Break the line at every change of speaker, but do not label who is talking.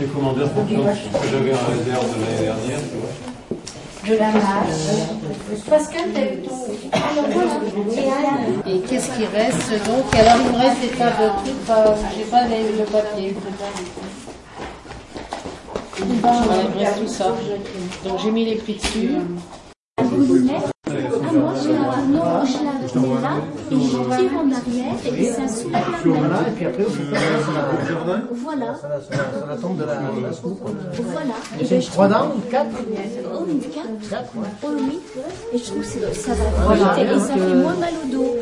les commandeurs confiance que j'avais en réserve de l'année dernière, tu vois.
de la marche. Pascal, t'as eu ton. Et Anne.
Et qu'est-ce qui reste donc Alors il me reste des tas de trucs, euh, j'ai pas les- le papier. Ouais, il me reste tout ça. Donc j'ai mis les piqûres.
Moi, j'ai un nom chez la là, et je tire en arrière, et ça soulève la main.
Voilà, et puis après, au fond,
Voilà,
ça la- ça la- ça la tombe de la, de la soupe.
voilà. Et
J'ai
ben,
trois dents, quatre,
je oh, une carte,
quatre, ouais.
oh oui, et je trouve que c'est- ça va vite, et ça fait moins mal au dos.